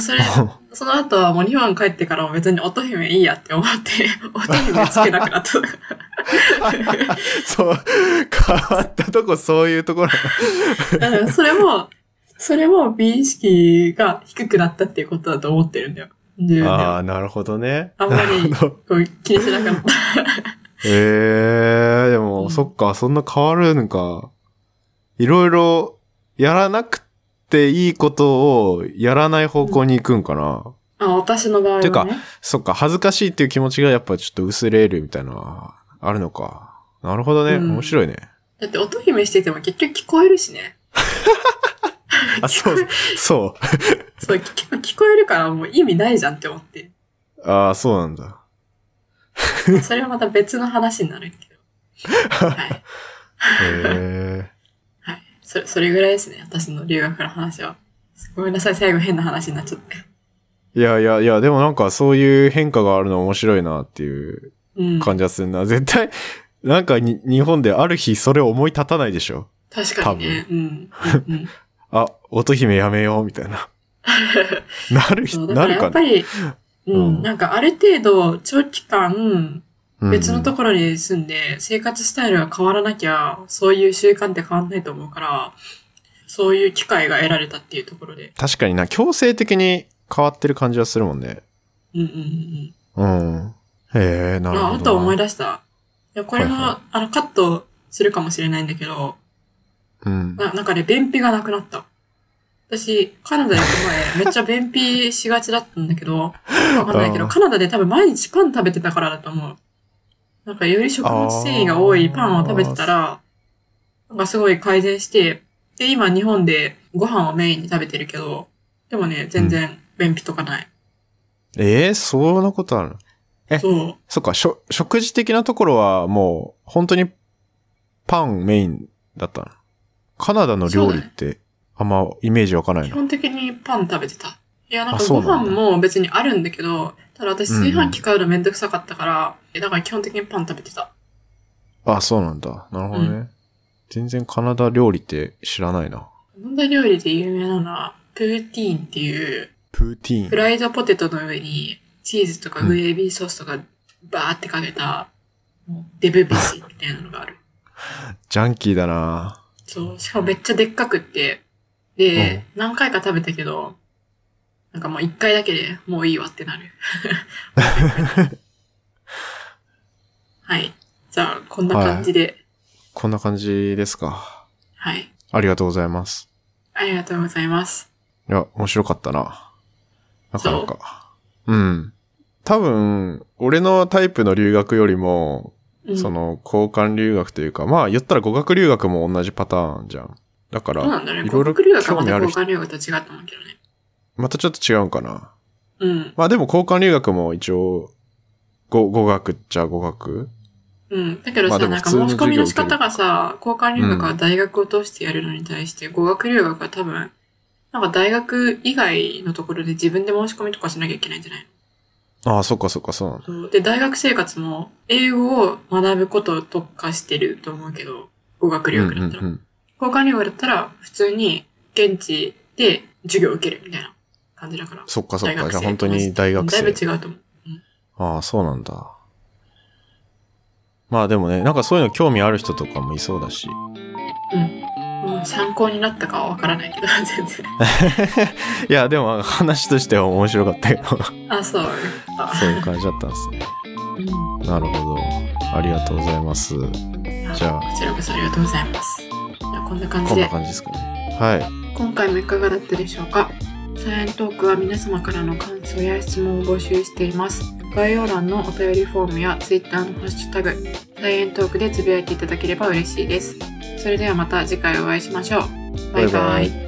A: そ れ、その後はもう日本帰ってからも別に乙姫いいやって思 って、乙姫つけなくなった。
B: そう、変わったとこそういうところ。
A: だからそれも、それも美意識が低くなったっていうことだと思ってるんだよ。自分で
B: あ
A: は
B: あ、なるほどね。
A: あんまり
B: なるほど
A: こう気にしなかった。
B: ええでも、
A: うん
B: そっか、そんな変わるんか。いろいろ、やらなくていいことを、やらない方向に行くんかな。
A: あ、私の場合は、ね。
B: てかそっか、恥ずかしいっていう気持ちがやっぱちょっと薄れるみたいな、あるのか。なるほどね。
A: うん
B: 面白いね。
A: だって音姫してても結局聞こえるしね。
B: あ、そう、そ
A: そう、結局聞こえるからもう意味ないじゃんって思って。
B: う。ああ、そうなんだ。
A: それはまた別の話になるけど。はい。
B: え
A: はい。それ、それぐらいですね。私の留学の話は。ごめんなさい。最後変な話になっちゃって。
B: ーいやいやいや、でもなんかそういう変化があるの面白いなっていう
A: うん。確
B: 感じはするな。 絶対、なんかに日本である日それ思い立たないでしょ。
A: かにね。うん。うんうん
B: あ、乙姫やめようみた いな。なる人、
A: そうだから
B: なる
A: や
B: か
A: っぱ
B: な。
A: り、う
B: うん
A: ん、なんかある程度長期間
B: うん
A: 別のところに住んで生活スタイルが変わらなきゃ、そういう習慣って変わんないと思うから、そういう機会が得られたっていうところで。
B: 確かにな、強制的に変わってる感じはするもんね。
A: うんうんうんうん。
B: うん。へえ、なるほど
A: あ
B: な。
A: あと思い出した。いや、これも、
B: はいは
A: あの、カットするかもしれないんだけど、
B: うん。
A: ななんかね、便秘がなくなった。私、カナダ行く前、めっちゃ便秘しがちだったんだけ ど、わかんないけ
B: あ
A: ど、
B: ー
A: カナダで多分毎日パン食べてたからだと思う。なんかより食物繊維が多いパンを食べてたら、なんかすごい改善して、で、今日本でご飯をメインに食べてるけど、でもね、全然便秘とかない。
B: ええそんなことあるのえ
A: そう。
B: そっか、しょ、食事的なところはもう、本当にパンメインだったの。カナダの料理って、あんまイメージわかない
A: 基
B: の。
A: 本的にパン食べてた。いや、なん
B: あ
A: か
B: そ
A: ご
B: うなん
A: 飯
B: だ
A: も別にあるんだけど、ただ私
B: うんうん
A: 炊飯器買うのめんどくさかったから、えだから基本的にパン食べてた。
B: あ、そうなんだ。なるほどね。
A: う
B: 全然カナダ料理って知らないな。
A: カナダ料理で有名なのは、プーティーンっていう、
B: プーティ
A: フ
B: ーン。
A: ライドポテトの上に、チーズとかグレービーソースとか、バーってかけた、もうデブビシみたいなのがある。
B: ジャンキーだな
A: そう、しかもめっちゃでっかくって、で、何回か食べたけど、なんかもう一回だけでもういいわってなる。 はい。じゃあ、こんな感じで、
B: こんな感じですか。
A: はい、
B: ありがとうございます。
A: ありがとうございます。
B: いや、面白かったな。なかなか。うん。多分、俺のタイプの留学よりも、
A: うん、
B: その交換留学というか、まあ言ったら語学留学も同じパターンじゃん。だか
A: どうな
B: ら、
A: んだろうね。
B: いろ
A: 語
B: いろ
A: 学留学は
B: 興
A: ま
B: 味
A: た
B: ある
A: 交
B: 人
A: 換留学と違ったもんけどね。
B: またちょっと違うんかな。
A: うん。
B: まあでも交換留学も一応、語語学っちゃ語学
A: うん。だけど
B: ま
A: さ、
B: あでも
A: なんか
B: 普通の
A: 申し込みの仕
B: 授
A: 方
B: 業受ける
A: がさ、交換留学は大学を通してやるのに対して、語学留学は多分、なんか大学以外のところで自分で申し込みとかしなきゃいけないんじゃない
B: ああ、そっかそっか、そうなの。
A: そうで、大学生活も英語を学ぶことを特化してると思うけど、語学留学だったら。
B: うんうんうん
A: 交換留学だったら、普通に現地で授業を受けるみたいな感じだから。
B: そっかそっ
A: 大
B: か。
A: 学
B: じ
A: 生
B: ゃあ本当に大学
A: だいぶ
B: 生。
A: 違うと思う。
B: ああ、そうなんだ。まあでもね、なんかそういうの興味ある人とかもいそうだし。
A: うん参考になったかはわからないけど、全然。
B: いや、でも話としては面白かったよ。
A: あ、そう。あ
B: そういう感じだったんですね。
A: うん
B: なるほど。ありがとうございます。じゃあ
A: こちらこそありがとうございます。じゃあこんな感じ
B: こんな
A: で、
B: 感じですかね。はい。
A: 今回もいかがだったでしょうかサイエントークは皆様からの感想や質問を募集しています。概要欄のお便りフォームや Twitter のハッシュタグ、サイエントークでつぶやいていただければ嬉しいです。それではまた次回お会いしましょう。バイバイ。
B: バイバイ